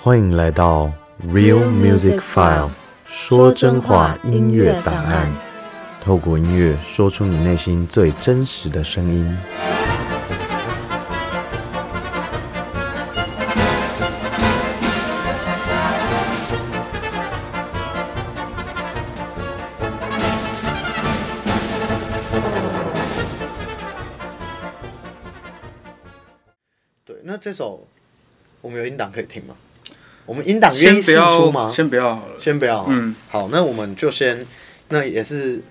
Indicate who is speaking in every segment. Speaker 1: 欢迎来到 Real Music File，说真话音乐档案，透过音乐说出你内心最真实的声音。对，那这首我们有音档可以听吗？我们音档愿
Speaker 2: 先
Speaker 1: 意
Speaker 2: 不
Speaker 1: 试出吗
Speaker 2: 要，？先不要好了。
Speaker 1: 先不要。啊
Speaker 2: 嗯，
Speaker 1: 好，那我们就先，那也是，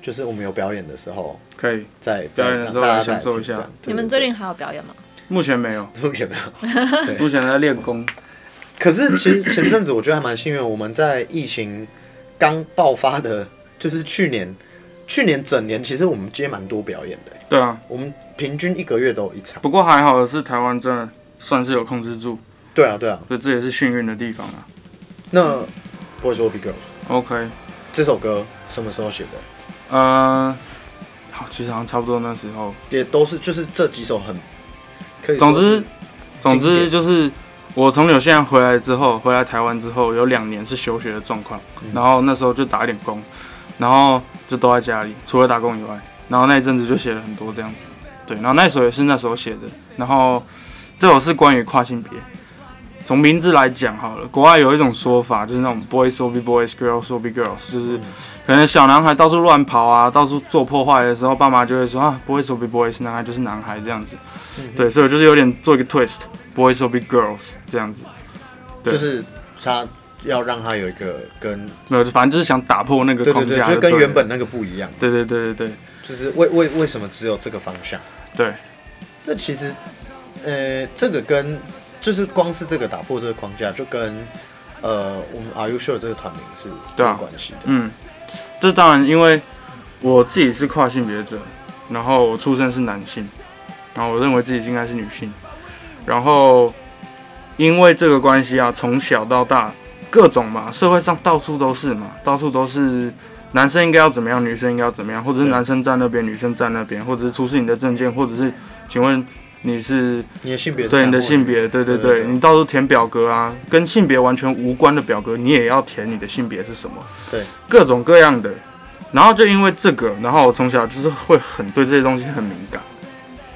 Speaker 1: 就是我们有表演的时候，
Speaker 2: 可以，
Speaker 1: 再
Speaker 2: 表演的时候
Speaker 1: 再
Speaker 2: 来享受一下。
Speaker 3: 你们最近还有表演吗？
Speaker 2: 目前没有，
Speaker 1: 目前没有？对
Speaker 2: 目前在练功。
Speaker 1: 可是其实前阵子我觉得还蛮幸运，我们在疫情刚爆发的，就是去年，去年整年其实我们接蛮多表演的、
Speaker 2: 对啊，
Speaker 1: 我们平均一个月都有一场。
Speaker 2: 不过还好的是台湾真的算是有控制住，
Speaker 1: 对啊，对啊。
Speaker 2: 所以这也是幸运的地方啊。
Speaker 1: 那不会说 Big Girls
Speaker 2: OK，
Speaker 1: 这首歌什么时候写的？
Speaker 2: 呃，好，其实好像差不多那时候。
Speaker 1: 也都是就是这几首很，可以说
Speaker 2: 总
Speaker 1: 是
Speaker 2: 之，总
Speaker 1: 经
Speaker 2: 之
Speaker 1: 典
Speaker 2: 就是我从纽西兰回来之后，回来台湾之后有两年是休学的状况，
Speaker 1: 嗯
Speaker 2: 然后那时候就打一点工，然后就都在家里，除了打工以外，然后那一阵子就写了很多这样子，对，然后那首也是那时候写的，然后这首是关于跨性别。从名字来讲好了，国外有一种说法，就是那种
Speaker 1: 嗯
Speaker 2: boys will be boys, girls will be girls，就是可能小男孩到处乱跑啊，到处做破坏的时候，爸妈就会说啊，boys will be boys，男孩就是男孩这样子。
Speaker 1: 嗯
Speaker 2: 对，所以我就是有点做一个 twist，boys will be girls 这样子，对
Speaker 1: 就是他要让他有一个跟
Speaker 2: 没有，就反正就是想打破那个
Speaker 1: 对对
Speaker 2: 框
Speaker 1: 对，
Speaker 2: 架
Speaker 1: 就
Speaker 2: 就对了，
Speaker 1: 是跟原本那个不一样，
Speaker 2: 对对对对对
Speaker 1: 就是为为为什么只有这个方向？
Speaker 2: 对，
Speaker 1: 那其实，呃，这个跟就是光是这个打破这个框架，就跟呃我们 Are You Sure 这个团名是
Speaker 2: 对啊
Speaker 1: 有关系的。
Speaker 2: 嗯，这当然因为我自己是跨性别者，然后我出生是男性，然后我认为自己应该是女性，然后因为这个关系啊，从小到大各种嘛，社会上到处都是嘛，到处都是。男生应该要怎么样，女生应该要怎么样，或者是
Speaker 1: 对
Speaker 2: 男生站那边，女生站那边，或者是出示你的证件，或者是请问你是
Speaker 1: 你的性别是
Speaker 2: 对你的
Speaker 1: 男或
Speaker 2: 性
Speaker 1: 女，
Speaker 2: 别，对对
Speaker 1: 对对
Speaker 2: 对，
Speaker 1: 对
Speaker 2: 你到时候填表格啊，跟性别完全无关的表格，你也要填你的性别是什么，
Speaker 1: 对，
Speaker 2: 各种各样的。然后就因为这个，然后我从小就是会很对这些东西很敏感，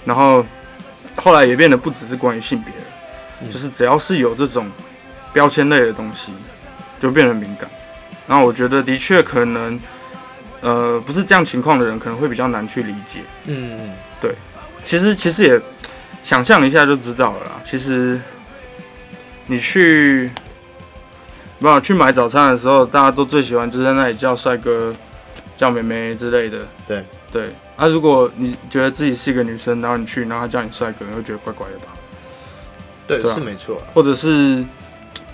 Speaker 2: 然后后来也变得不只是关于性别了，
Speaker 1: 嗯
Speaker 2: 就是只要是有这种标签类的东西，就变得敏感。然后我觉得的确可能，呃，不是这样情况的人可能会比较难去理解。
Speaker 1: 嗯，嗯
Speaker 2: 其实其实也想象一下就知道了啦。其实你去，不知道去买早餐的时候，大家都最喜欢就在那里叫帅哥、叫妹妹之类的。
Speaker 1: 对
Speaker 2: 对，啊，如果你觉得自己是一个女生，然后你去，然后他叫你帅哥，你会觉得怪怪的吧？
Speaker 1: 对
Speaker 2: 对啊
Speaker 1: 是没错啊。
Speaker 2: 或者是，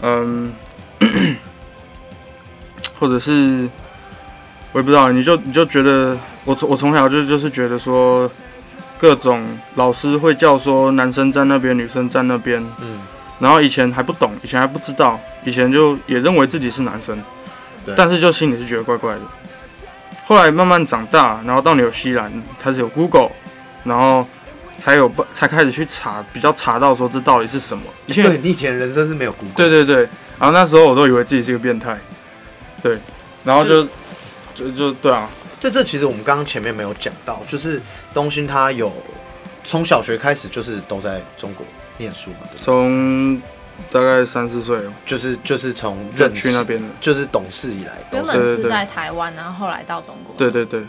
Speaker 2: 嗯， 或者是我也不知道，你就你就觉得我从我从小就就是觉得说，各种老师会叫说男生站那边，女生站那边，
Speaker 1: 嗯，
Speaker 2: 然后以前还不懂，以前还不知道，以前就也认为自己是男生
Speaker 1: 对，
Speaker 2: 但是就心里是觉得怪怪的。后来慢慢长大，然后到纽西兰开始有 Google，然后才有才开始去查，比较查到说这到底是什么。以前
Speaker 1: 对你以前人生是没有骨
Speaker 2: 对对对，然后那时候我都以为自己是个变态，对，然后就就就对啊，
Speaker 1: 这这其实我们刚刚前面没有讲到，就是东兴他有从小学开始就是都在中国念书嘛，对不对
Speaker 2: 从大概三四岁哦
Speaker 1: 就是就是从
Speaker 2: 就
Speaker 1: 认识
Speaker 2: 去那，边的，
Speaker 1: 就是懂事以来都
Speaker 3: 原
Speaker 1: 是
Speaker 3: 本
Speaker 2: 对对
Speaker 3: 是
Speaker 2: 对
Speaker 3: 在台湾，然后后来到中国。
Speaker 2: 对对对，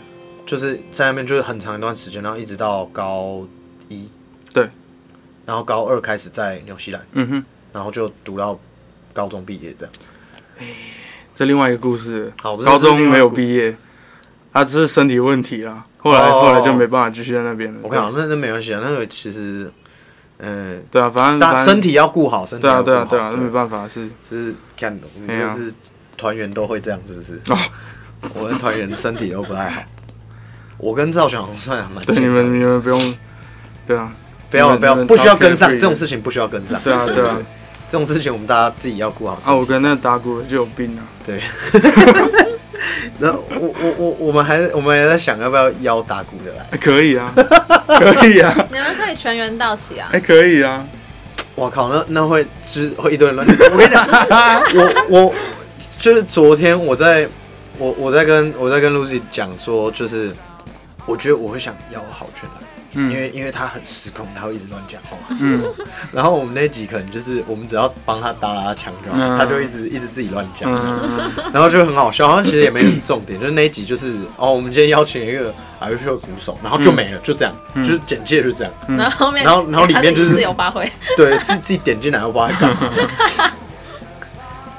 Speaker 1: 就是在那边就是很长一段时间，然后一直到高一，
Speaker 2: 对，
Speaker 1: 然后高二开始在纽西兰，
Speaker 2: 嗯哼，
Speaker 1: 然后就读到高中毕业这样。
Speaker 2: 这另外一个故事，
Speaker 1: 好，哦这是
Speaker 2: 高中
Speaker 1: 另外
Speaker 2: 没
Speaker 1: 一个
Speaker 2: 有
Speaker 1: 故事。
Speaker 2: 毕业，啊，只是身体问题啦，后来
Speaker 1: 哦
Speaker 2: 后来就没办法继续在那边了。
Speaker 1: 我看好那那没关系啊，那个其实，嗯、
Speaker 2: 对啊，反正
Speaker 1: 大家
Speaker 2: 反正
Speaker 1: 身体要顾好，身体
Speaker 2: 对啊
Speaker 1: 要顾
Speaker 2: 对啊
Speaker 1: 好。
Speaker 2: 对啊，那没办法是，
Speaker 1: 只是看我们
Speaker 2: 哎
Speaker 1: 就
Speaker 2: 呀
Speaker 1: 是团员都会这样，是不是？
Speaker 2: 哦
Speaker 1: 我们团员身体都不太好。我跟赵翔算还蛮
Speaker 2: 对
Speaker 1: 健
Speaker 2: 你
Speaker 1: 康
Speaker 2: 们你们不用，对啊
Speaker 1: 不要
Speaker 2: 你们
Speaker 1: 不要
Speaker 2: 你们
Speaker 1: 不需要跟上
Speaker 2: 超 carefree 的
Speaker 1: 这种事情，不需要跟上。
Speaker 2: 对啊对啊，
Speaker 1: 这种事情我们大家自己要顾好身
Speaker 2: 啊，我
Speaker 1: 体。
Speaker 2: 跟那个打鼓的就有病啊，
Speaker 1: 对。 然后我我我我们还我们还在想要不要邀打鼓的来，
Speaker 2: 哎可以啊，可以啊，
Speaker 3: 你们可以全员到齐啊！
Speaker 2: 哎可以啊，
Speaker 1: 哇靠，那那会吃会一堆人乱。我跟你 讲，我我就是昨天我在我我在跟我在跟 Lucy 讲说，就是我觉得我会想邀郝俊来。因
Speaker 2: 嗯
Speaker 1: 为因为他很失控，他会一直乱讲话。
Speaker 2: 嗯
Speaker 1: 然后我们那一集可能就是我们只要帮他搭搭腔就好，
Speaker 2: 嗯
Speaker 1: 他就一直一直自己乱讲，
Speaker 2: 嗯，
Speaker 1: 然后就很好笑。好像其实也没什么重点，就是那一集就是哦，我们今天邀请一个 Irish 的鼓手，然后
Speaker 2: 嗯
Speaker 1: 就没了，就这样，就是简介就这样。
Speaker 3: 然后后
Speaker 1: 嗯
Speaker 3: 面
Speaker 1: 然后然后里面就是
Speaker 3: 他自己自由发挥，
Speaker 1: 对，自自己点进来，我不知道在干嘛。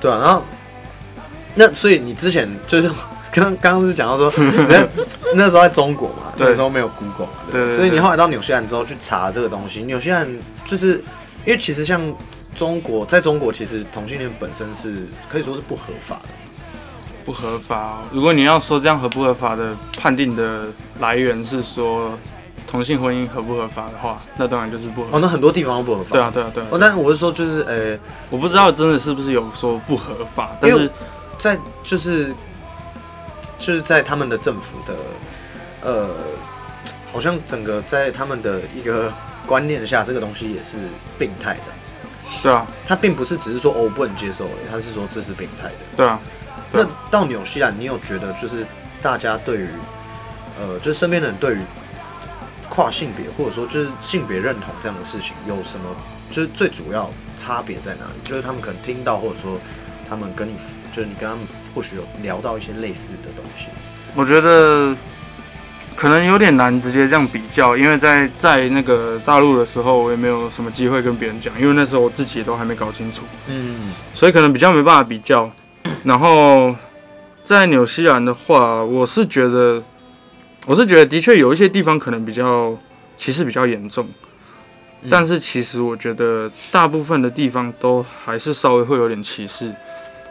Speaker 1: 对啊，然后那所以你之前就是 刚刚刚是讲到说，那那时候在中国嘛，
Speaker 2: 对
Speaker 1: 那时候没有 Google 嘛，对不
Speaker 2: 对对对
Speaker 1: 所以你后来到纽西兰之后去查这个东西，纽西兰就是因为其实像中国，在中国其实同性恋本身是可以说是不合法的，
Speaker 2: 不合法、哦。如果你要说这样合不合法的判定的来源是说同性婚姻合不合法的话，那当然就是不合
Speaker 1: 哦，
Speaker 2: 法。
Speaker 1: 那很多地方都不合法。
Speaker 2: 对啊，对啊，对啊。
Speaker 1: 哦，但我是说就是呃，
Speaker 2: 我不知道真的是不是有说不合法，但
Speaker 1: 因为
Speaker 2: 是
Speaker 1: 在就是就是在他们的政府的呃，好像整个在他们的一个观念下，这个东西也是病态的。
Speaker 2: 对啊，
Speaker 1: 它并不是只是说、哦、我不能接受而已，他是说这是病态的。
Speaker 2: 对啊，对
Speaker 1: 那到纽西兰，你有觉得就是大家对于呃，就是身边的人对于跨性别或者说就是性别认同这样的事情有什么？就是最主要差别在哪里？就是他们可能听到，或者说他们跟你，就是你跟他们或许有聊到一些类似的东西。
Speaker 2: 我觉得可能有点难直接这样比较，因为在在那个大陆的时候，我也没有什么机会跟别人讲，因为那时候我自己也都还没搞清楚，
Speaker 1: 嗯
Speaker 2: 所以可能比较没办法比较。然后在纽西兰的话，我是觉得，我是觉得的确有一些地方可能比较歧视比较严重，
Speaker 1: 嗯
Speaker 2: 但是其实我觉得大部分的地方都还是稍微会有点歧视，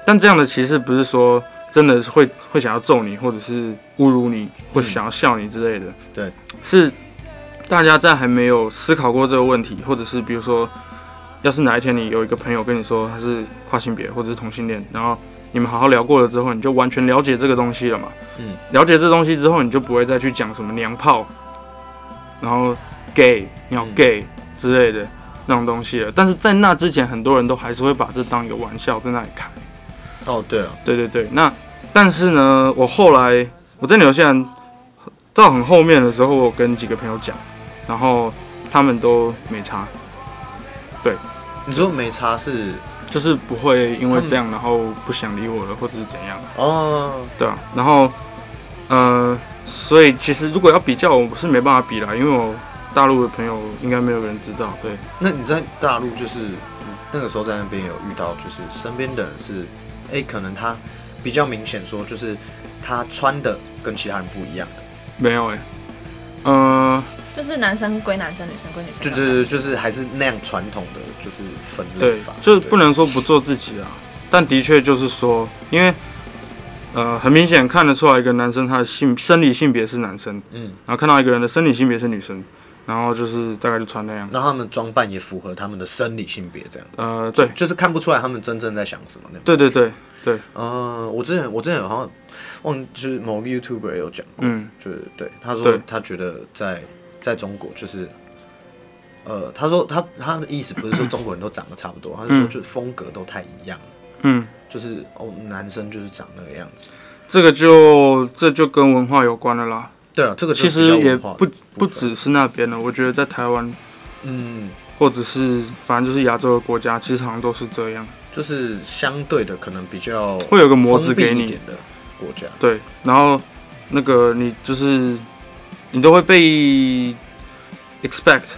Speaker 2: 但这样的歧视不是说真的是会会想要揍你，或者是侮辱你，或想要笑你之类的。
Speaker 1: 嗯对，
Speaker 2: 是大家在还没有思考过这个问题，或者是比如说，要是哪一天你有一个朋友跟你说他是跨性别或者是同性恋，然后你们好好聊过了之后，你就完全了解这个东西了嘛。
Speaker 1: 嗯，
Speaker 2: 了解这东西之后，你就不会再去讲什么娘炮，然后 gay 你要
Speaker 1: 嗯
Speaker 2: gay 之类的那种东西了。但是在那之前，很多人都还是会把这当一个玩笑在那里开。
Speaker 1: 哦，对了，
Speaker 2: 对对对，那但是呢，我后来我在纽西兰到很后面的时候，我有跟几个朋友讲，然后他们都没差，
Speaker 1: 你说没差是
Speaker 2: 就是不会因为
Speaker 1: 他们
Speaker 2: 这样然后不想理我了，或者是怎样，
Speaker 1: 哦，
Speaker 2: 对啊，然后呃，所以其实如果要比较，我是没办法比啦，因为我大陆的朋友应该没有人知道，对，
Speaker 1: 那你在大陆就是那个时候在那边有遇到，就是身边的人是，哎、可能他比较明显说，就是他穿的跟其他人不一样的，
Speaker 2: 没有哎、呃，
Speaker 3: 就是男生归男生，女生归女生。
Speaker 1: 就就是就是还是那样传统的，就是分类
Speaker 2: 对
Speaker 1: 法，，
Speaker 2: 就是不
Speaker 1: 对
Speaker 2: 能说不做自己啊，但的确就是说，因为呃，很明显看得出来一个男生他的性生理性别是男生，
Speaker 1: 嗯，
Speaker 2: 然后看到一个人的生理性别是女生，然后就是大概就穿那样，
Speaker 1: 让他们装扮也符合他们的生理性别，这样
Speaker 2: 呃，对
Speaker 1: 就，就是看不出来他们真正在想什么那种。
Speaker 2: 对对对，
Speaker 1: 嗯、我之前我之前好像忘，就是某个 YouTuber 也有讲过，
Speaker 2: 嗯
Speaker 1: 就是对他说
Speaker 2: 对
Speaker 1: 他觉得在在中国就是，呃，他说他他的意思不是说中国人都长得差不多，他是说
Speaker 2: 嗯
Speaker 1: 就是风格都太一样了，
Speaker 2: 嗯，
Speaker 1: 就是哦男生就是长那个样子。
Speaker 2: 这个就这就跟文化有关了啦，
Speaker 1: 对啊了，这个就
Speaker 2: 其
Speaker 1: 是比较
Speaker 2: 实也
Speaker 1: 文化的
Speaker 2: 不
Speaker 1: 部
Speaker 2: 不
Speaker 1: 分
Speaker 2: 只是那边的，我觉得在台湾
Speaker 1: 嗯，
Speaker 2: 或者是反正就是亚洲的国家，其实好像都是这样，
Speaker 1: 就是相对的可能比较
Speaker 2: 会有个模子
Speaker 1: 封闭
Speaker 2: 给
Speaker 1: 一
Speaker 2: 你
Speaker 1: 点，的国家。
Speaker 2: 对，然后那个你就是你都会被 expect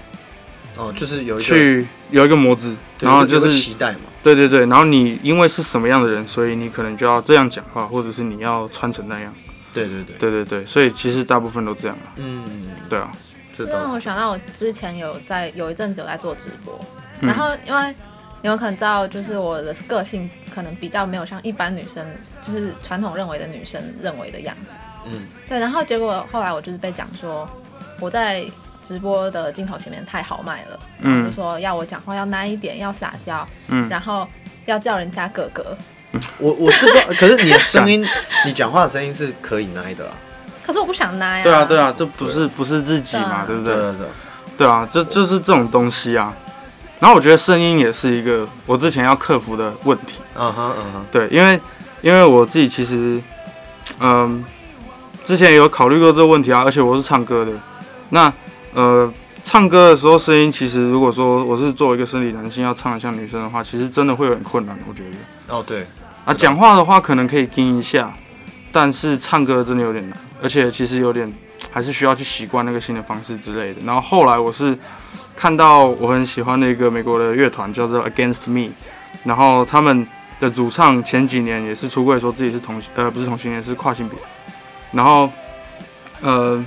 Speaker 1: 哦，就是有一个
Speaker 2: 去有一个模子，
Speaker 1: 对
Speaker 2: 然后
Speaker 1: 有
Speaker 2: 就
Speaker 1: 有个
Speaker 2: 是
Speaker 1: 期待嘛。
Speaker 2: 对对对，然后你因为是什么样的人，所以你可能就要这样讲话，或者是你要穿成那样，
Speaker 1: 对对对，
Speaker 2: 对对对，所以其实大部分都这样了，
Speaker 1: 嗯，
Speaker 2: 对啊，
Speaker 1: 这
Speaker 3: 这让
Speaker 1: 倒
Speaker 3: 我
Speaker 1: 是
Speaker 3: 想到我之前有在有一阵子有在做直播，
Speaker 2: 嗯
Speaker 3: 然后因为你们可能知道，就是我的个性可能比较没有像一般女生，就是传统认为的女生认为的样子。
Speaker 1: 嗯，
Speaker 3: 对，然后结果后来我就是被讲说我在直播的镜头前面太豪迈了，就
Speaker 2: 嗯
Speaker 3: 说要我讲话要难一点，要撒娇，
Speaker 2: 嗯，
Speaker 3: 然后要叫人家哥哥。
Speaker 1: 我我是不知道，可是你的声 音，你讲话的声音是可以耐的啊。
Speaker 3: 可是我不想奶呀、
Speaker 2: 对啊对啊，这不是不是自己嘛，
Speaker 3: 对
Speaker 2: 对
Speaker 1: 对
Speaker 3: 啊
Speaker 2: 不对？
Speaker 1: 对对，
Speaker 2: 对啊，这就是这种东西啊，然后我觉得声音也是一个我之前要克服的问题。
Speaker 1: 嗯哼嗯哼，
Speaker 2: 对，因为因为我自己其实，嗯，之前有考虑过这个问题啊，而且我是唱歌的，那呃，唱歌的时候声音其实如果说我是作为一个生理男性要唱得像女生的话，其实真的会有点困难，我觉得
Speaker 1: 哦对，
Speaker 2: 啊，讲话的话可能可以听一下，但是唱歌真的有点难，而且其实有点还是需要去习惯那个新的方式之类的。然后后来我是看到我很喜欢的一个美国的乐团叫做 Against Me，然后他们的主唱前几年也是出柜说自己是同呃不是同性恋是跨性别，然后呃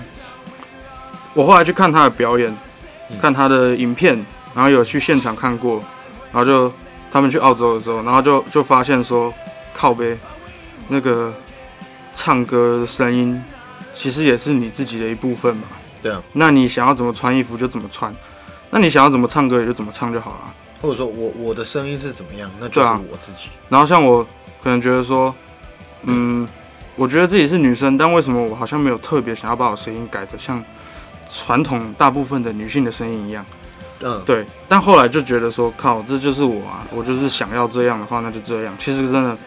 Speaker 2: 我后来去看他的表演，
Speaker 1: 嗯
Speaker 2: 看他的影片，然后有去现场看过，然后就他们去澳洲的时候，然后就就发现说靠背那个唱歌的声音其实也是你自己的一部分嘛。
Speaker 1: 对啊。
Speaker 2: 那你想要怎么穿衣服就怎么穿，那你想要怎么唱歌也就怎么唱就好了。
Speaker 1: 或者说我我的声音是怎么样，那就是
Speaker 2: 对啊
Speaker 1: 我自己。
Speaker 2: 然后像我可能觉得说，嗯，我觉得自己是女生，但为什么我好像没有特别想要把我声音改得像传统大部分的女性的声音一样？
Speaker 1: 嗯，
Speaker 2: 对。但后来就觉得说，靠，这就是我啊，我就是想要这样的话，那就这样。其实真的，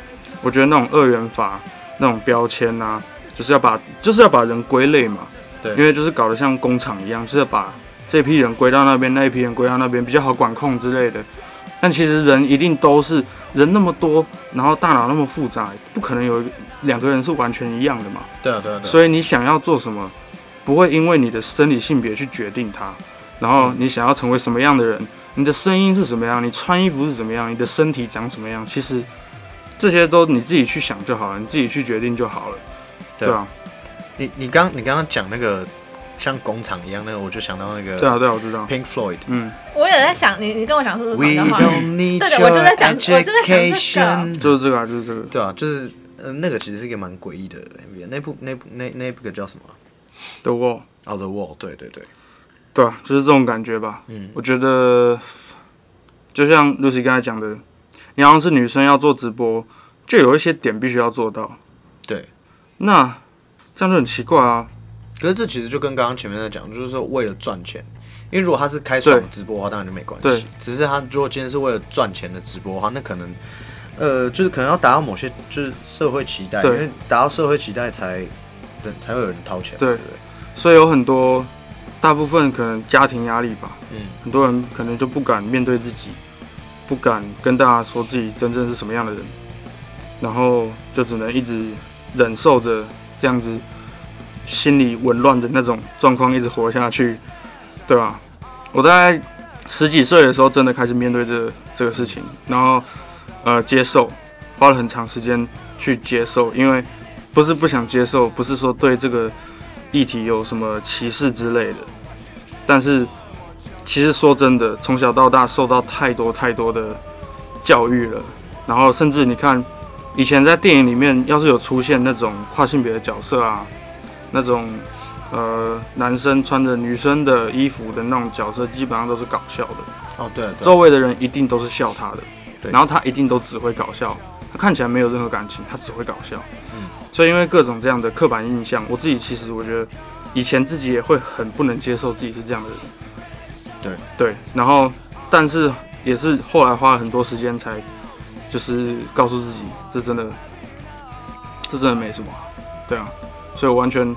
Speaker 2: 我觉得那种二元法、那种标签啊，就是要把就是要把人归类嘛。
Speaker 1: 对
Speaker 2: 因为就是搞得像工厂一样，就是把这批人归到那边，那一批人归到那边，比较好管控之类的。但其实人一定都是人那么多，然后大脑那么复杂，不可能有一个两个人是完全一样的嘛。
Speaker 1: 对啊对啊对啊。
Speaker 2: 所以你想要做什么，不会因为你的生理性别去决定它。然后你想要成为什么样的人，你的声音是什么样，你穿衣服是怎么样，你的身体长什么样，其实这些都你自己去想就好了，你自己去决定就好了。
Speaker 1: 对
Speaker 2: 对啊，
Speaker 1: 你你刚你刚刚讲那个像工厂一样那个，我就想到那个
Speaker 2: 对啊，对啊，我知道。
Speaker 1: Pink Floyd。
Speaker 2: 嗯，
Speaker 3: 我也在想，你你跟我讲是不是
Speaker 1: We
Speaker 3: 同一个话题？
Speaker 1: don't need
Speaker 3: 对的我就
Speaker 1: your
Speaker 3: 在讲我就在讲这个
Speaker 1: education。
Speaker 2: 就是这个、啊，就是这个。
Speaker 1: 对啊，就是呃，那个其实是一个蛮诡异的 MV，那部那部那那部叫什么啊？
Speaker 2: The Wall，
Speaker 1: 哦，《The Wall》，对对对，
Speaker 2: 对啊，就是这种感觉吧。
Speaker 1: 嗯，
Speaker 2: 我觉得，就像 Lucy 刚才讲的，你好像是女生要做直播，就有一些点必须要做到。
Speaker 1: 对。
Speaker 2: 那这样就很奇怪啊。
Speaker 1: 可是这其实就跟刚刚前面在讲，就是说为了赚钱，因为如果他是开爽
Speaker 2: 对
Speaker 1: 直播的话，当然就没关
Speaker 2: 对
Speaker 1: 系。只是他如果今天是为了赚钱的直播的话，那可能呃，就是可能要达到某些就是社会期待，因
Speaker 2: 对
Speaker 1: 为达到社会期待才等才会有人掏钱。
Speaker 2: 对
Speaker 1: 不对，
Speaker 2: 所以有很多，大部分可能家庭压力吧，
Speaker 1: 嗯，
Speaker 2: 很多人可能就不敢面对自己，不敢跟大家说自己真正是什么样的人，然后就只能一直忍受着这样子心理紊乱的那种状况一直活下去，对吧？我大概十几岁的时候真的开始面对这这个事情，然后呃接受，花了很长时间去接受，因为不是不想接受，不是说对这个议题有什么歧视之类的，但是其实说真的，从小到大受到太多太多的教育了，然后甚至你看，以前在电影里面要是有出现那种跨性别的角色啊，那种呃男生穿着女生的衣服的那种角色，基本上都是搞笑的。
Speaker 1: 哦，对啊对啊，
Speaker 2: 周围的人一定都是笑他的，
Speaker 1: 对
Speaker 2: 然后他一定都只会搞笑，他看起来没有任何感情，他只会搞笑，
Speaker 1: 嗯
Speaker 2: 所以因为各种这样的刻板印象，我自己其实我觉得以前自己也会很不能接受自己是这样的人，
Speaker 1: 对
Speaker 2: 对，然后但是也是后来花了很多时间才就是告诉自己，这真的这真的没什么，对啊，所以我完全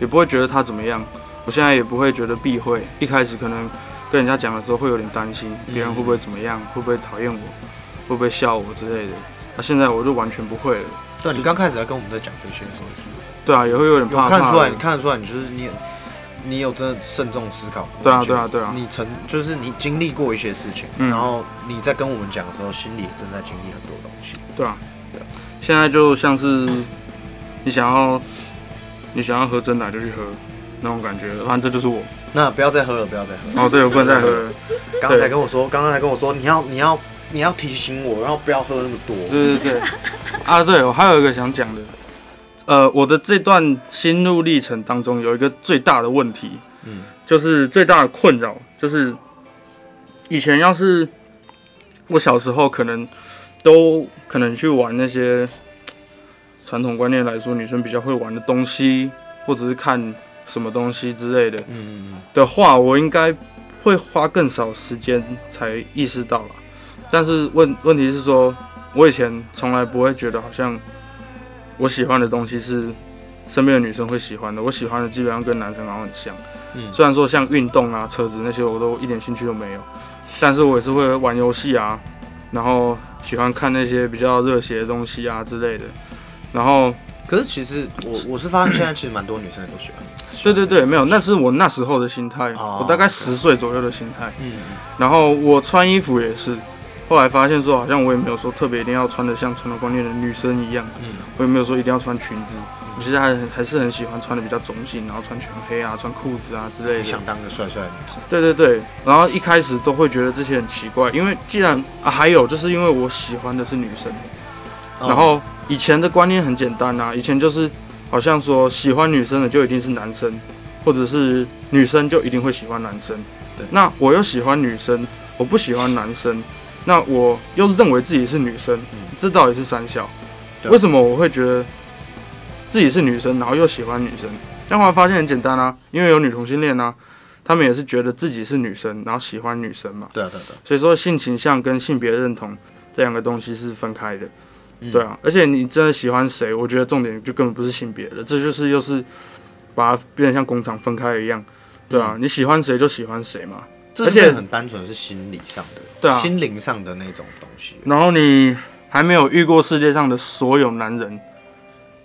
Speaker 2: 也不会觉得他怎么样，我现在也不会觉得避讳，一开始可能。跟人家讲了之后会有点担心，别人会不会怎么
Speaker 1: 嗯
Speaker 2: 样，会不会讨厌我，会不会笑我之类的。那、现在我就完全不会了，
Speaker 1: 对啊，你刚开始在跟我们在讲这些的时候，
Speaker 2: 对啊，也会有点怕
Speaker 1: 有
Speaker 2: 怕的。
Speaker 1: 看出来，你看得出来，你就是你，你有真的慎重思考。
Speaker 2: 对啊
Speaker 1: 我觉得
Speaker 2: 对啊对啊
Speaker 1: 你曾就是你经历过一些事情，
Speaker 2: 嗯
Speaker 1: 然后你在跟我们讲的时候，心里也正在经历很多东西。
Speaker 2: 对啊，现在就像是你想要你想要喝真奶就去喝那种感觉，反正这就是我。
Speaker 1: 那不要再喝了，不要再喝了。
Speaker 2: 哦，对，我不能再喝了。
Speaker 1: 刚才跟我说，刚刚才跟我说，你要你要你要提醒我，然后不要喝那么多。
Speaker 2: 对对对，啊，对，我还有一个想讲的，呃，我的这段心路历程当中有一个最大的问题，
Speaker 1: 嗯
Speaker 2: 就是最大的困扰，就是以前要是我小时候可能都可能去玩那些传统观念来说女生比较会玩的东西，或者是看什么东西之类的
Speaker 1: 嗯，
Speaker 2: 的话，我应该会花更少时间才意识到了。但是问问题是说，我以前从来不会觉得好像我喜欢的东西是身边的女生会喜欢的，我喜欢的基本上跟男生好像很像。
Speaker 1: 嗯
Speaker 2: 虽然说像运动啊、车子那些我都一点兴趣都没有，但是我也是会玩游戏啊，然后喜欢看那些比较热血的东西啊之类的。然后，
Speaker 1: 可是其实我我是发现现在其实蛮多女生也都喜欢。
Speaker 2: 对对对，没有，那是我那时候的心态，
Speaker 1: 哦
Speaker 2: 我大概
Speaker 1: OK
Speaker 2: 十岁左右的心态。
Speaker 1: 嗯，
Speaker 2: 然后我穿衣服也是，后来发现说好像我也没有说特别一定要穿的像传统观念的女生一样，
Speaker 1: 嗯
Speaker 2: 我也没有说一定要穿裙子，我其实还还是很喜欢穿的比较中性，然后穿全黑啊、穿裤子啊之类
Speaker 1: 也
Speaker 2: 的。
Speaker 1: 想当个帅帅的女生。
Speaker 2: 对对对，然后一开始都会觉得这些很奇怪，因为既然、啊、还有就是因为我喜欢的是女生，
Speaker 1: 嗯
Speaker 2: 然后以前的观念很简单啊，以前就是好像说喜欢女生的就一定是男生，或者是女生就一定会喜欢男生。
Speaker 1: 对
Speaker 2: 那我又喜欢女生，我不喜欢男生，那我又认为自己是女生，
Speaker 1: 嗯
Speaker 2: 这到底是三小？
Speaker 1: 对啊
Speaker 2: 为什么我会觉得自己是女生，然后又喜欢女生？但后来发现很简单啊，因为有女同性恋啊，他们也是觉得自己是女生，然后喜欢女生嘛。
Speaker 1: 对啊对啊对啊
Speaker 2: 所以说性倾向跟性别认同这两个东西是分开的。
Speaker 1: 嗯，
Speaker 2: 对啊，而且你真的喜欢谁，我觉得重点就根本不是性别了，这就是又是把它变得像工厂分开一样。
Speaker 1: 嗯
Speaker 2: 对啊，你喜欢谁就喜欢谁嘛。
Speaker 1: 这
Speaker 2: 而且
Speaker 1: 是很单纯是心理上的，
Speaker 2: 对啊
Speaker 1: 心灵上的那种东西。
Speaker 2: 然后你还没有遇过世界上的所有男人，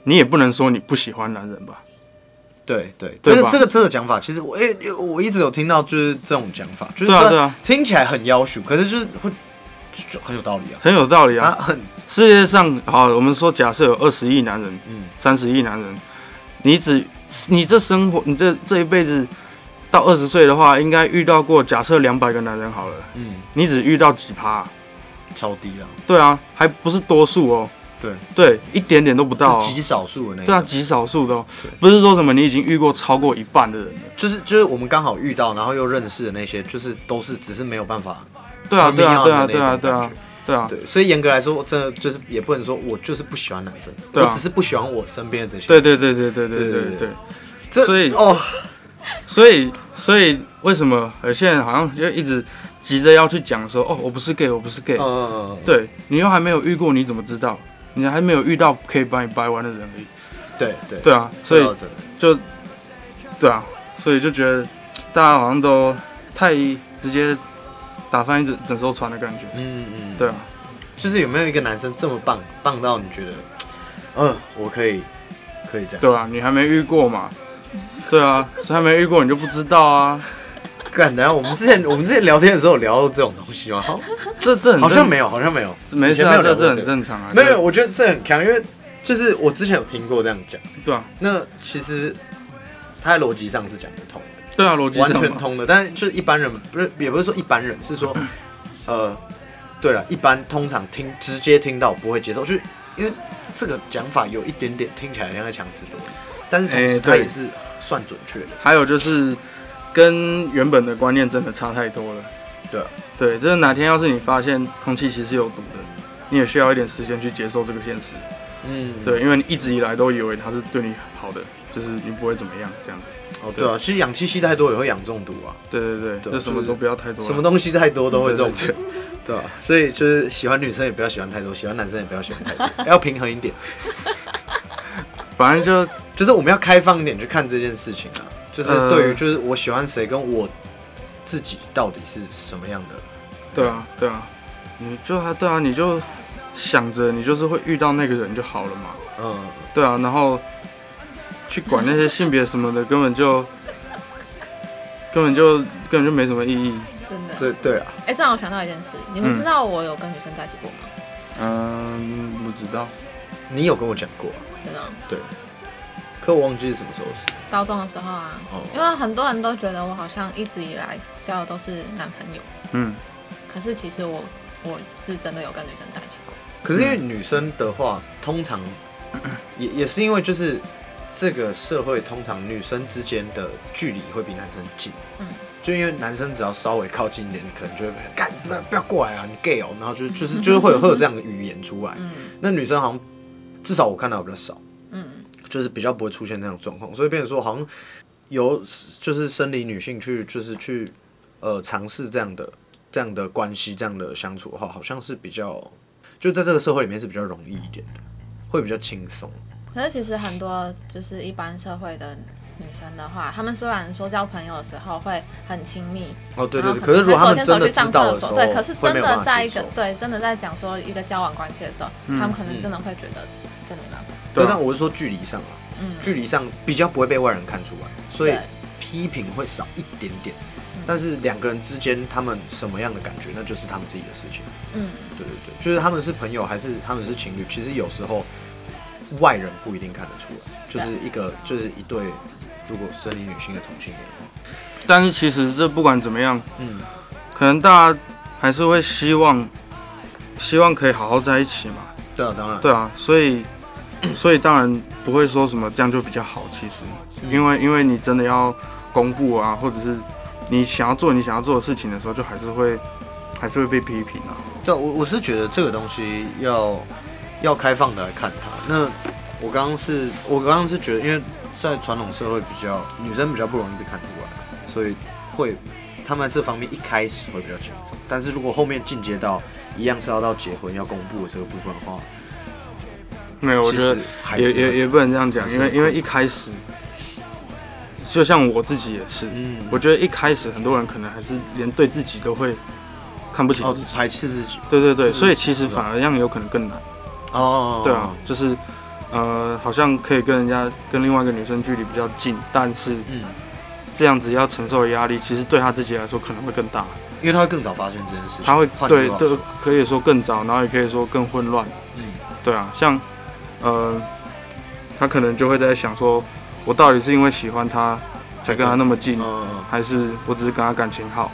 Speaker 2: 你也不能说你不喜欢男人吧？
Speaker 1: 对对，
Speaker 2: 对
Speaker 1: 这个
Speaker 2: 吧
Speaker 1: 这个这个讲法，其实我诶、我一直有听到就是这种讲法，就是
Speaker 2: 对啊，对
Speaker 1: 说
Speaker 2: 啊，
Speaker 1: 听起来很妖术，可是就是会就就很有道理啊。
Speaker 2: 很有道理
Speaker 1: 啊，
Speaker 2: 啊。
Speaker 1: 很
Speaker 2: 世界上好，我们说假设有二十亿男人，
Speaker 1: 嗯
Speaker 2: 三十亿男人，你只你这生活，你这这一辈子到二十岁的话，应该遇到过假设两百个男人好了，
Speaker 1: 嗯，
Speaker 2: 你只遇到几趴啊、
Speaker 1: 超低啊，
Speaker 2: 对啊，还不是多数哦。
Speaker 1: 对
Speaker 2: 对，一点点都不到、哦
Speaker 1: 是。极少数的那
Speaker 2: 对啊，
Speaker 1: 种，
Speaker 2: 极少数的、哦
Speaker 1: 对，
Speaker 2: 不是说什么你已经遇过超过一半的人了。
Speaker 1: 就是就是我们刚好遇到，然后又认识的那些，就是都是只是没有办法
Speaker 2: 对
Speaker 1: 他
Speaker 2: 啊，
Speaker 1: 们
Speaker 2: 对啊，
Speaker 1: 要
Speaker 2: 对啊，
Speaker 1: 的那
Speaker 2: 对啊，
Speaker 1: 种
Speaker 2: 对
Speaker 1: 感
Speaker 2: 啊
Speaker 1: 觉，
Speaker 2: 对啊，
Speaker 1: 对，所以严格来说，我真的就是也不能说我就是不喜欢男生，
Speaker 2: 对啊
Speaker 1: 我只是不喜欢我身边的这些，
Speaker 2: 对对对对对
Speaker 1: 对
Speaker 2: 对
Speaker 1: 对
Speaker 2: 对
Speaker 1: 对
Speaker 2: 对。
Speaker 1: 这
Speaker 2: 所以
Speaker 1: 哦，
Speaker 2: 所以，所以为什么有些人好像就一直急着要去讲说，哦，我不是 gay，我不是 gay。
Speaker 1: 呃，
Speaker 2: 对你又还没有遇过，你怎么知道？你还没有遇到可以把你掰弯的人而已。
Speaker 1: 对对，
Speaker 2: 对啊，所以
Speaker 1: 说到这
Speaker 2: 就对啊，所以就觉得大家好像都太直接打翻一整整艘船的感觉。
Speaker 1: 嗯嗯，
Speaker 2: 对啊，
Speaker 1: 就是有没有一个男生这么棒，棒到你觉得，嗯，我可以，可以这样，
Speaker 2: 对啊，你还没遇过嘛？对啊，所以还没遇过你就不知道啊。
Speaker 1: 干，然后我们之前我们之前聊天的时候有聊到这种东西吗？ 好
Speaker 2: 这这很
Speaker 1: 好像
Speaker 2: 正
Speaker 1: 没有，好像没有，
Speaker 2: 没
Speaker 1: 以
Speaker 2: 事
Speaker 1: 前没
Speaker 2: 啊，
Speaker 1: 有
Speaker 2: 这
Speaker 1: 聊过
Speaker 2: 这
Speaker 1: 这
Speaker 2: 很
Speaker 1: 个
Speaker 2: 正常啊。
Speaker 1: 没有，
Speaker 2: 这
Speaker 1: 我觉得这很强，因为就是我之前有听过这样讲，
Speaker 2: 对啊，
Speaker 1: 那其实他在逻辑上是讲得通的。
Speaker 2: 对啊，逻辑
Speaker 1: 完
Speaker 2: 上
Speaker 1: 全
Speaker 2: 嘛
Speaker 1: 通的，但是就是一般人不是，也不是说一般人，是
Speaker 2: 嗯
Speaker 1: 说，呃，对了，一般通常听直接听到不会接受，就是因为这个讲法有一点点听起来像在强词夺理，但是同时
Speaker 2: 哎
Speaker 1: 它
Speaker 2: 对
Speaker 1: 也是算准确的，
Speaker 2: 还有就是跟原本的观念真的差太多了。
Speaker 1: 对啊
Speaker 2: 对，就是哪天要是你发现空气其实有毒的，你也需要一点时间去接受这个现实。
Speaker 1: 嗯，
Speaker 2: 对，，因为你一直以来都以为它是对你好的，就是你不会怎么样这样子。
Speaker 1: 哦对啊，其实氧气吸太多也会氧中毒啊，
Speaker 2: 对对对，
Speaker 1: 对
Speaker 2: 就什么都不要太多了。
Speaker 1: 什么东西太多都会中毒
Speaker 2: 对，
Speaker 1: 对啊，所以就是喜欢女生也不要喜欢太多，喜欢男生也不要喜欢太 多，要平衡一点，
Speaker 2: 反正就
Speaker 1: 就是我们要开放一点去看这件事情啊，就是
Speaker 2: 呃
Speaker 1: 对于就是我喜欢谁跟我自己到底是什么样的。
Speaker 2: 对啊对啊，你就他对啊，你就想着你就是会遇到那个人就好了嘛。
Speaker 1: 嗯，
Speaker 2: 对啊，然后去管那些性别什么的，根本就根本就根本就没什么意义。
Speaker 3: 真的。
Speaker 1: 对对啊，
Speaker 3: 哎、这让我想到一件事，你们
Speaker 2: 嗯
Speaker 3: 知道我有跟女生在一起过吗？
Speaker 2: 嗯，不知道。
Speaker 1: 你有跟我讲过、啊，
Speaker 3: 真的哦，
Speaker 1: 可我忘记是什么时候是。
Speaker 3: 高中的时候啊，因
Speaker 1: 哦，
Speaker 3: 为很多人都觉得我好像一直以来交的都是男朋友，
Speaker 2: 嗯，
Speaker 3: 可是其实我我是真的有跟女生在一起过。
Speaker 1: 可是因为女生的话，通 常也也是因为就是这个社会，通常女生之间的距离会比男生近。
Speaker 3: 嗯
Speaker 1: 就因为男生只要稍微靠近一点，你可能就会被干，不要不要过来啊，你 gay 哦、然后就就是就是会有会有这样的语言出来。
Speaker 3: 嗯
Speaker 1: 那女生好像至少我看到比较少，
Speaker 3: 嗯，
Speaker 1: 就是比较不会出现那种状况，所以变成说好像由就是生理女性去就是去呃尝试这样的这样的关系、这样的相处的话，好像是比较就在这个社会里面是比较容易一点的，会比较轻松。
Speaker 3: 可是其实很多就是一般社会的女生的话，她们虽然说交朋友的时候会很亲密，
Speaker 1: 哦，对
Speaker 3: 然
Speaker 1: 对对，
Speaker 3: 后
Speaker 1: 可是如果他们真的知道的
Speaker 3: 手牵手去上厕
Speaker 1: 时
Speaker 3: 所，
Speaker 1: 候，
Speaker 3: 对，可是
Speaker 1: 会没
Speaker 3: 真
Speaker 1: 有办
Speaker 3: 的
Speaker 1: 法
Speaker 3: 在一
Speaker 1: 接
Speaker 3: 个
Speaker 1: 受嗯
Speaker 3: 对真的在讲说一个交往关系的时候，
Speaker 2: 嗯
Speaker 3: 他们可能真的会觉得真的没办法，
Speaker 1: 对，
Speaker 2: 对啊
Speaker 1: 但我是说距离上啊，
Speaker 3: 嗯，
Speaker 1: 距离上比较不会被外人看出来，所以
Speaker 3: 对
Speaker 1: 批评会少一点点。但是两个人之间，他们什么样的感觉，那就是他们自己的事情。
Speaker 3: 嗯，
Speaker 1: 对对对，就是他们是朋友还是他们是情侣，其实有时候外人不一定看得出来，就是一个就是一对如果生理女性的同性恋，
Speaker 2: 但是其实这不管怎么样，
Speaker 1: 嗯，
Speaker 2: 可能大家还是会希望，希望可以好好在一起嘛。
Speaker 1: 对啊，当然，
Speaker 2: 对啊，所以所以当然不会说什么这样就比较好，其实，因为因为你真的要公布啊，或者是你想要做你想要做的事情的时候，就还是会还是会被批评啊。
Speaker 1: 对，我我是觉得这个东西要要开放的来看它。那我刚刚是，我刚刚是觉得，因为在传统社会比较女生比较不容易被看出来，所以会他们这方面一开始会比较轻松。但是如果后面进阶到一样是要到结婚要公布的这个部分的话，
Speaker 2: 没有，我
Speaker 1: 其
Speaker 2: 觉得
Speaker 1: 实还
Speaker 2: 也
Speaker 1: 是
Speaker 2: 也也不能这样讲，
Speaker 1: 还是
Speaker 2: 因为
Speaker 1: 很
Speaker 2: 因为一开始，就像我自己也是，
Speaker 1: 嗯，
Speaker 2: 我觉得一开始很多人可能还是连对自己都会看不起
Speaker 1: 哦
Speaker 2: 自己。
Speaker 1: 排斥自己
Speaker 2: 对对对，
Speaker 1: 就是啊
Speaker 2: 所以其实反而让有可能更难。
Speaker 1: 哦
Speaker 2: 对啊，，就是呃，好像可以跟人家跟另外一个女生距离比较近，但是
Speaker 1: 嗯，
Speaker 2: 这样子要承受的压力，其实对他自己来说可能会更大。
Speaker 1: 因为他会更早发现这件事情，
Speaker 2: 他会
Speaker 1: 换句
Speaker 2: 对
Speaker 1: 话
Speaker 2: 对
Speaker 1: 说，
Speaker 2: 可以说更早，然后也可以说更混乱。
Speaker 1: 嗯，
Speaker 2: 对啊，像呃，他可能就会在想说，我到底是因为喜欢他才跟他那么近，
Speaker 1: 嗯
Speaker 2: 还是我只是跟他感情好？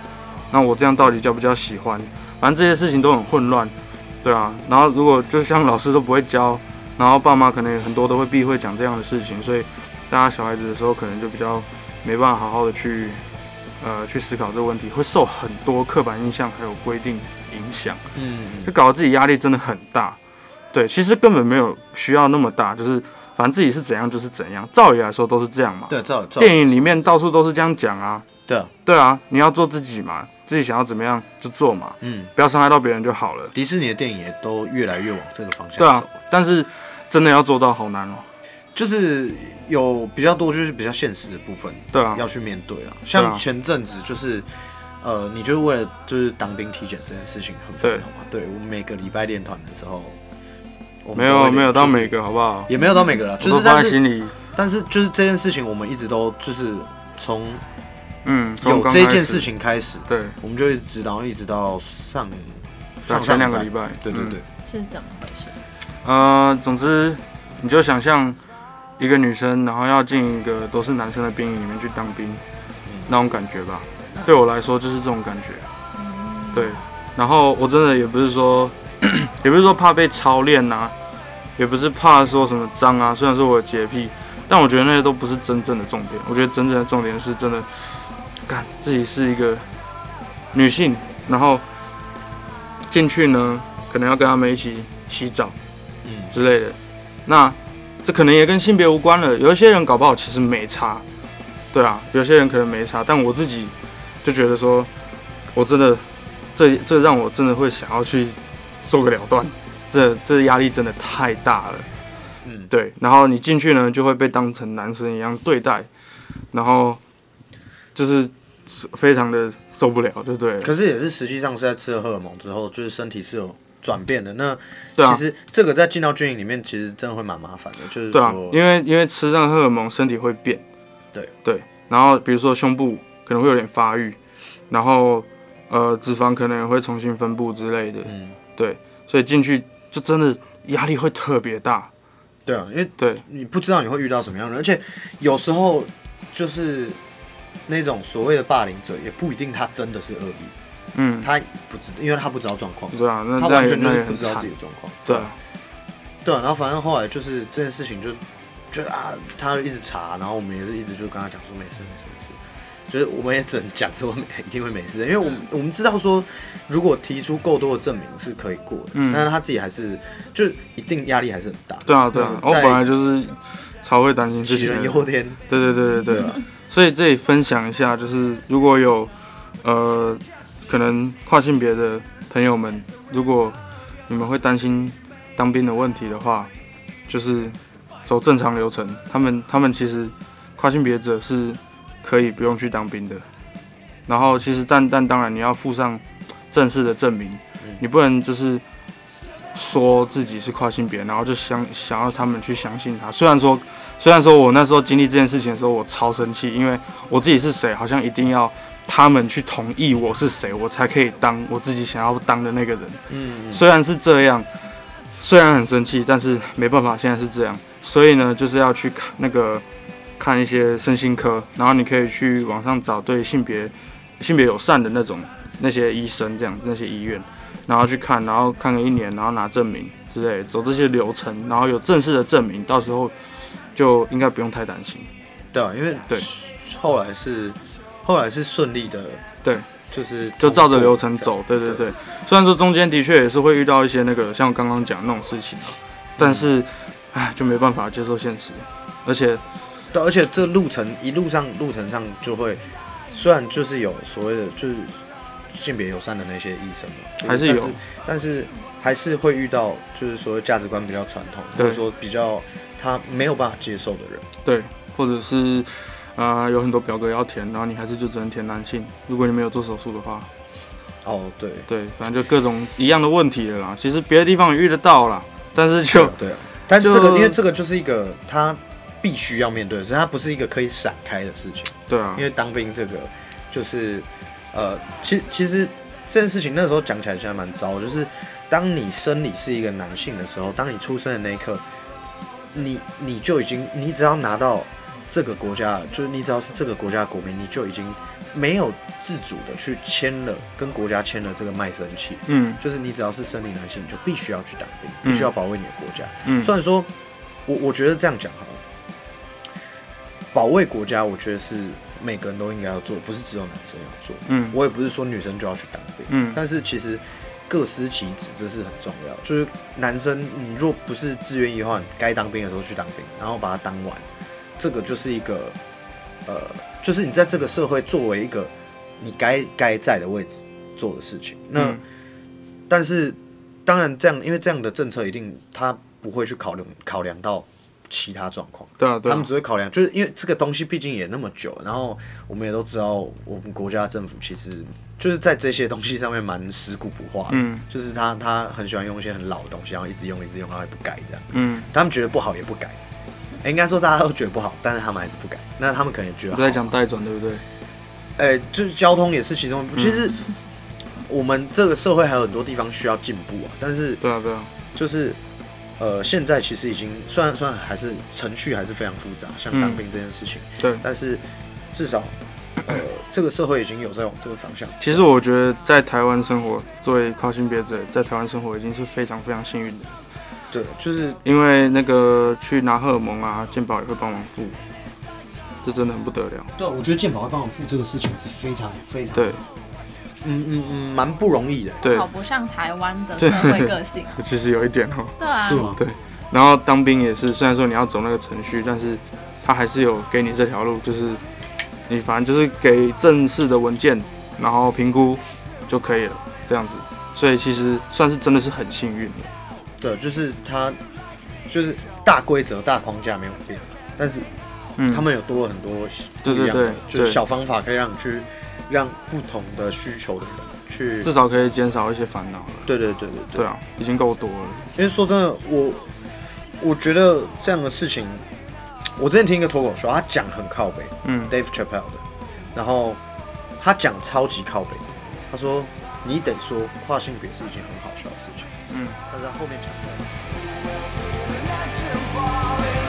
Speaker 2: 那我这样到底叫不叫喜欢？反正这些事情都很混乱，对啊。然后如果就像老师都不会教，然后爸妈可能也很多都会避讳讲这样的事情，所以大家小孩子的时候可能就比较没办法好好的去呃去思考这个问题，会受很多刻板印象还有规定影响。
Speaker 1: 嗯
Speaker 2: 就搞得自己压力真的很大。对，其实根本没有需要那么大，就是反正自己是怎样就是怎样，照理来说都是这样嘛。
Speaker 1: 对，照照
Speaker 2: 电影里面到处都是这样讲啊。
Speaker 1: 对啊，
Speaker 2: 对啊，你要做自己嘛，自己想要怎么样就做嘛，
Speaker 1: 嗯，
Speaker 2: 不要伤害到别人就好了。
Speaker 1: 迪士尼的电影也都越来越往这个方向走
Speaker 2: 对啊
Speaker 1: 了。，
Speaker 2: 但是真的要做到好难哦。
Speaker 1: 就是有比较多就是比较现实的部分
Speaker 2: 对啊，
Speaker 1: 要去面对啊。像
Speaker 2: 对啊
Speaker 1: 前阵子就是，呃，你就是为了就是当兵体检这件事情很烦恼嘛。对我每个礼拜练团的时候，我们
Speaker 2: 没
Speaker 1: 都会
Speaker 2: 有啊
Speaker 1: 练
Speaker 2: 没有到
Speaker 1: 就是
Speaker 2: 每个好不好？
Speaker 1: 也没有到每个了，就
Speaker 2: 我
Speaker 1: 是
Speaker 2: 都放
Speaker 1: 但
Speaker 2: 在
Speaker 1: 是
Speaker 2: 心里。
Speaker 1: 但是就是这件事情，我们一直都就是从
Speaker 2: 嗯，从
Speaker 1: 有
Speaker 2: 刚
Speaker 1: 这
Speaker 2: 开
Speaker 1: 件
Speaker 2: 始
Speaker 1: 事，情开始，
Speaker 2: 对，
Speaker 1: 我们就一直直到一直到上
Speaker 2: 对
Speaker 1: 上
Speaker 2: 前两个
Speaker 1: 上
Speaker 2: 礼拜，
Speaker 1: 对对
Speaker 2: 嗯
Speaker 1: 对，
Speaker 3: 是怎么回事？
Speaker 2: 呃，总之你就想象一个女生，然后要进一个都是男生的兵营里面去当兵，那种感觉吧。对我来说就是这种感觉。对，然后我真的也不是说， 也不是说怕被操练呐、也不是怕说什么脏啊。虽然说我有洁癖，但我觉得那些都不是真正的重点。我觉得真正的重点是真的，干自己是一个女性，然后进去呢，可能要跟他们一起洗澡。
Speaker 1: 嗯
Speaker 2: 之类的。那这可能也跟性别无关了。有一些人搞不好其实没差，对啊，有些人可能没差，但我自己就觉得说，我真的这这让我真的会想要去做个了断，这这压力真的太大了。
Speaker 1: 嗯，
Speaker 2: 对，然后你进去呢，就会被当成男生一样对待，然后就是非常的受不了，就对了。
Speaker 1: 可是也是实际上是在吃了荷尔蒙之后，就是身体是有转变的。那
Speaker 2: 对啊
Speaker 1: 其，实这个在进到军营里面，其实真的会蛮麻烦的，就是
Speaker 2: 对啊
Speaker 1: 说，，
Speaker 2: 因为因为吃上荷尔蒙，身体会变。
Speaker 1: 对
Speaker 2: 对，然后比如说胸部可能会有点发育，然后呃脂肪可能也会重新分布之类的，
Speaker 1: 嗯，
Speaker 2: 所以进去就真的压力会特别大。
Speaker 1: 对啊，因为
Speaker 2: 对，
Speaker 1: 你不知道你会遇到什么样的人，而且有时候就是那种所谓的霸凌者，也不一定他真的是恶意，
Speaker 2: 嗯，
Speaker 1: 他不知，因为他不知道状况
Speaker 2: 不，知道那
Speaker 1: 他
Speaker 2: 那
Speaker 1: 完
Speaker 2: 也
Speaker 1: 全就
Speaker 2: 那
Speaker 1: 是
Speaker 2: 也
Speaker 1: 不
Speaker 2: 很
Speaker 1: 知道自
Speaker 2: 惨
Speaker 1: 己，的状况。
Speaker 2: 对啊，
Speaker 1: 对啊，然后反正后来就是这件事情就就啊，他就一直查，然后我们也是一直就跟他讲说没事没事没事，就是我们也只能讲说一定会没 事，因为我们我们知道说如果提出够多的证明是可以过的，
Speaker 2: 嗯
Speaker 1: 但是他自己还是就一定压力还是很大，
Speaker 2: 对啊，对啊，我
Speaker 1: 嗯在
Speaker 2: 本来就是超会担心自
Speaker 1: 杞
Speaker 2: 己的
Speaker 1: 人，忧天，
Speaker 2: 对对对对
Speaker 1: 对
Speaker 2: 对
Speaker 1: 啊，
Speaker 2: 所以这里分享一下，就是如果有呃，可能跨性别的朋友们，如果你们会担心当兵的问题的话，就是走正常流程。他们他们其实跨性别者是可以不用去当兵的。然后其实但但当然你要附上正式的证明
Speaker 1: 嗯，
Speaker 2: 你不能就是说自己是跨性别，然后就想想要他们去相信他。虽然说虽然说我那时候经历这件事情的时候，我超生气，因为我自己是谁，好像一定要他们去同意我是谁，我才可以当我自己想要当的那个人。
Speaker 1: 嗯，
Speaker 2: 虽然是这样，虽然很生气，但是没办法，现在是这样。所以呢，就是要去看那个看一些身心科，然后你可以去网上找对性别性别友善的那种那些医生这样子，那些医院，然后去看，然后看个一年，然后拿证明之类的，走这些流程，然后有正式的证明，到时候就应该不用太担心。
Speaker 1: 对啊，因为
Speaker 2: 对
Speaker 1: 后来是后来是顺利的，
Speaker 2: 对，
Speaker 1: 就是
Speaker 2: 就照着流
Speaker 1: 通哦
Speaker 2: 程
Speaker 1: 过这样
Speaker 2: 走。对对
Speaker 1: 对
Speaker 2: 对，虽然说中间的确也是会遇到一些那个像我刚刚讲那种事情啊，
Speaker 1: 嗯
Speaker 2: 但是，唉，就没办法接受现实，而且
Speaker 1: 对，而且这路程一路上路程上就会，虽然就是有所谓的就是性别友善的那些医生嘛，就是
Speaker 2: 还是有，
Speaker 1: 但是但是还是会遇到就是所谓价值观比较传统，或
Speaker 2: 对
Speaker 1: 者说比较他没有办法接受的人。
Speaker 2: 对，或者是啊、呃有很多表格要填，然后你还是就只能填男性，如果你没有做手术的话，
Speaker 1: 哦，对，
Speaker 2: 对，反正就各种一样的问题了啦。其实别的地方也遇得到啦，但是
Speaker 1: 对
Speaker 2: 就
Speaker 1: 啊对啊，但这个
Speaker 2: 就
Speaker 1: 因为这个就是一个他必须要面对的事，他不是一个可以闪开的事情。
Speaker 2: 对啊
Speaker 1: 因，为当兵这个就是呃，其其实这件事情那时候讲起来其实蛮糟，就是当你生理是一个男性的时候，当你出生的那一刻，你你就已经，你只要拿到这个国家，就是你只要是这个国家的国民，你就已经没有自主的去签了跟国家签了这个卖身契，
Speaker 2: 嗯
Speaker 1: 就是你只要是生理男性，你就必须要去当兵，
Speaker 2: 嗯
Speaker 1: 必须要保卫你的国家。
Speaker 2: 嗯
Speaker 1: 虽然说，我我觉得这样讲好了，保卫国家，我觉得是每个人都应该要做，不是只有男生要做。
Speaker 2: 嗯
Speaker 1: 我也不是说女生就要去当兵，
Speaker 2: 嗯
Speaker 1: 但是其实各司其职，这是很重要。就是男生，你若不是自愿意的话，你该当兵的时候去当兵，然后把它当完，这个就是一个，呃，就是你在这个社会作为一个你该该在的位置做的事情。那、
Speaker 2: 嗯
Speaker 1: 但是当然这样，因为这样的政策一定他不会去考量考量到其他状况。
Speaker 2: 对啊对
Speaker 1: 他
Speaker 2: 啊
Speaker 1: 们，只会考量，就是因为这个东西毕竟也那么久，然后我们也都知道，我们国家政府其实就是在这些东西上面蛮食古不化的，
Speaker 2: 嗯
Speaker 1: 就是他他很喜欢用一些很老的东西，然后一直用一直用，然后也不改这样，
Speaker 2: 嗯，
Speaker 1: 他们觉得不好也不改，欸应该说大家都觉得不好，但是他们还是不改，那他们可能也觉得
Speaker 2: 我
Speaker 1: 好
Speaker 2: 在讲代嗯转对啊不对？
Speaker 1: 呃、就是交通也是其中一部，其实我们这个社会还有很多地方需要进步啊，但是
Speaker 2: 对啊对啊，
Speaker 1: 就是呃，现在其实已经虽然虽然还是程序还是非常复杂，像当兵这件事情，
Speaker 2: 对。
Speaker 1: 但是至少呃，这个社会已经有在往这个方向。
Speaker 2: 其实我觉得在台湾生活，作为跨性别者，在台湾生活已经是非常非常幸运的，
Speaker 1: 对，就是
Speaker 2: 因为那个去拿荷尔蒙啊，健保也会帮忙付，这真的很不得了。
Speaker 1: 对，我觉得健保会帮我付这个事情是非常非常
Speaker 2: 对，
Speaker 1: 嗯嗯嗯，蛮不容易的。
Speaker 2: 对
Speaker 3: 好，不像台湾的
Speaker 2: 对
Speaker 3: 社会个性啊。
Speaker 2: 其实有一点哦、
Speaker 3: 对啊，
Speaker 1: 吗？
Speaker 2: 然后当兵也是，虽然说你要走那个程序，但是他还是有给你这条路，就是你反正就是给正式的文件，然后评估就可以了，这样子。所以其实算是真的是很幸运的。
Speaker 1: 对，就是它就是大规则、大框架没有变，但是
Speaker 2: 嗯，
Speaker 1: 他们有多了很多不
Speaker 2: 对
Speaker 1: 一
Speaker 2: 对
Speaker 1: 样的
Speaker 2: 对，
Speaker 1: 就是
Speaker 2: 对
Speaker 1: 小方法可以让你去让不同的需求的人去
Speaker 2: 至。少可以减少一些烦恼了。
Speaker 1: 对对对对对。
Speaker 2: 对啊，已经够多了。
Speaker 1: 因为说真的，我我觉得这样的事情，我之前听一个脱口秀，他讲很靠北
Speaker 2: 嗯，
Speaker 1: ，Dave Chappelle 的，然后他讲超级靠北，他说你得说跨性别是一件很好笑的事情，
Speaker 2: 嗯。
Speaker 1: 但是他后面讲的。
Speaker 4: Nation falling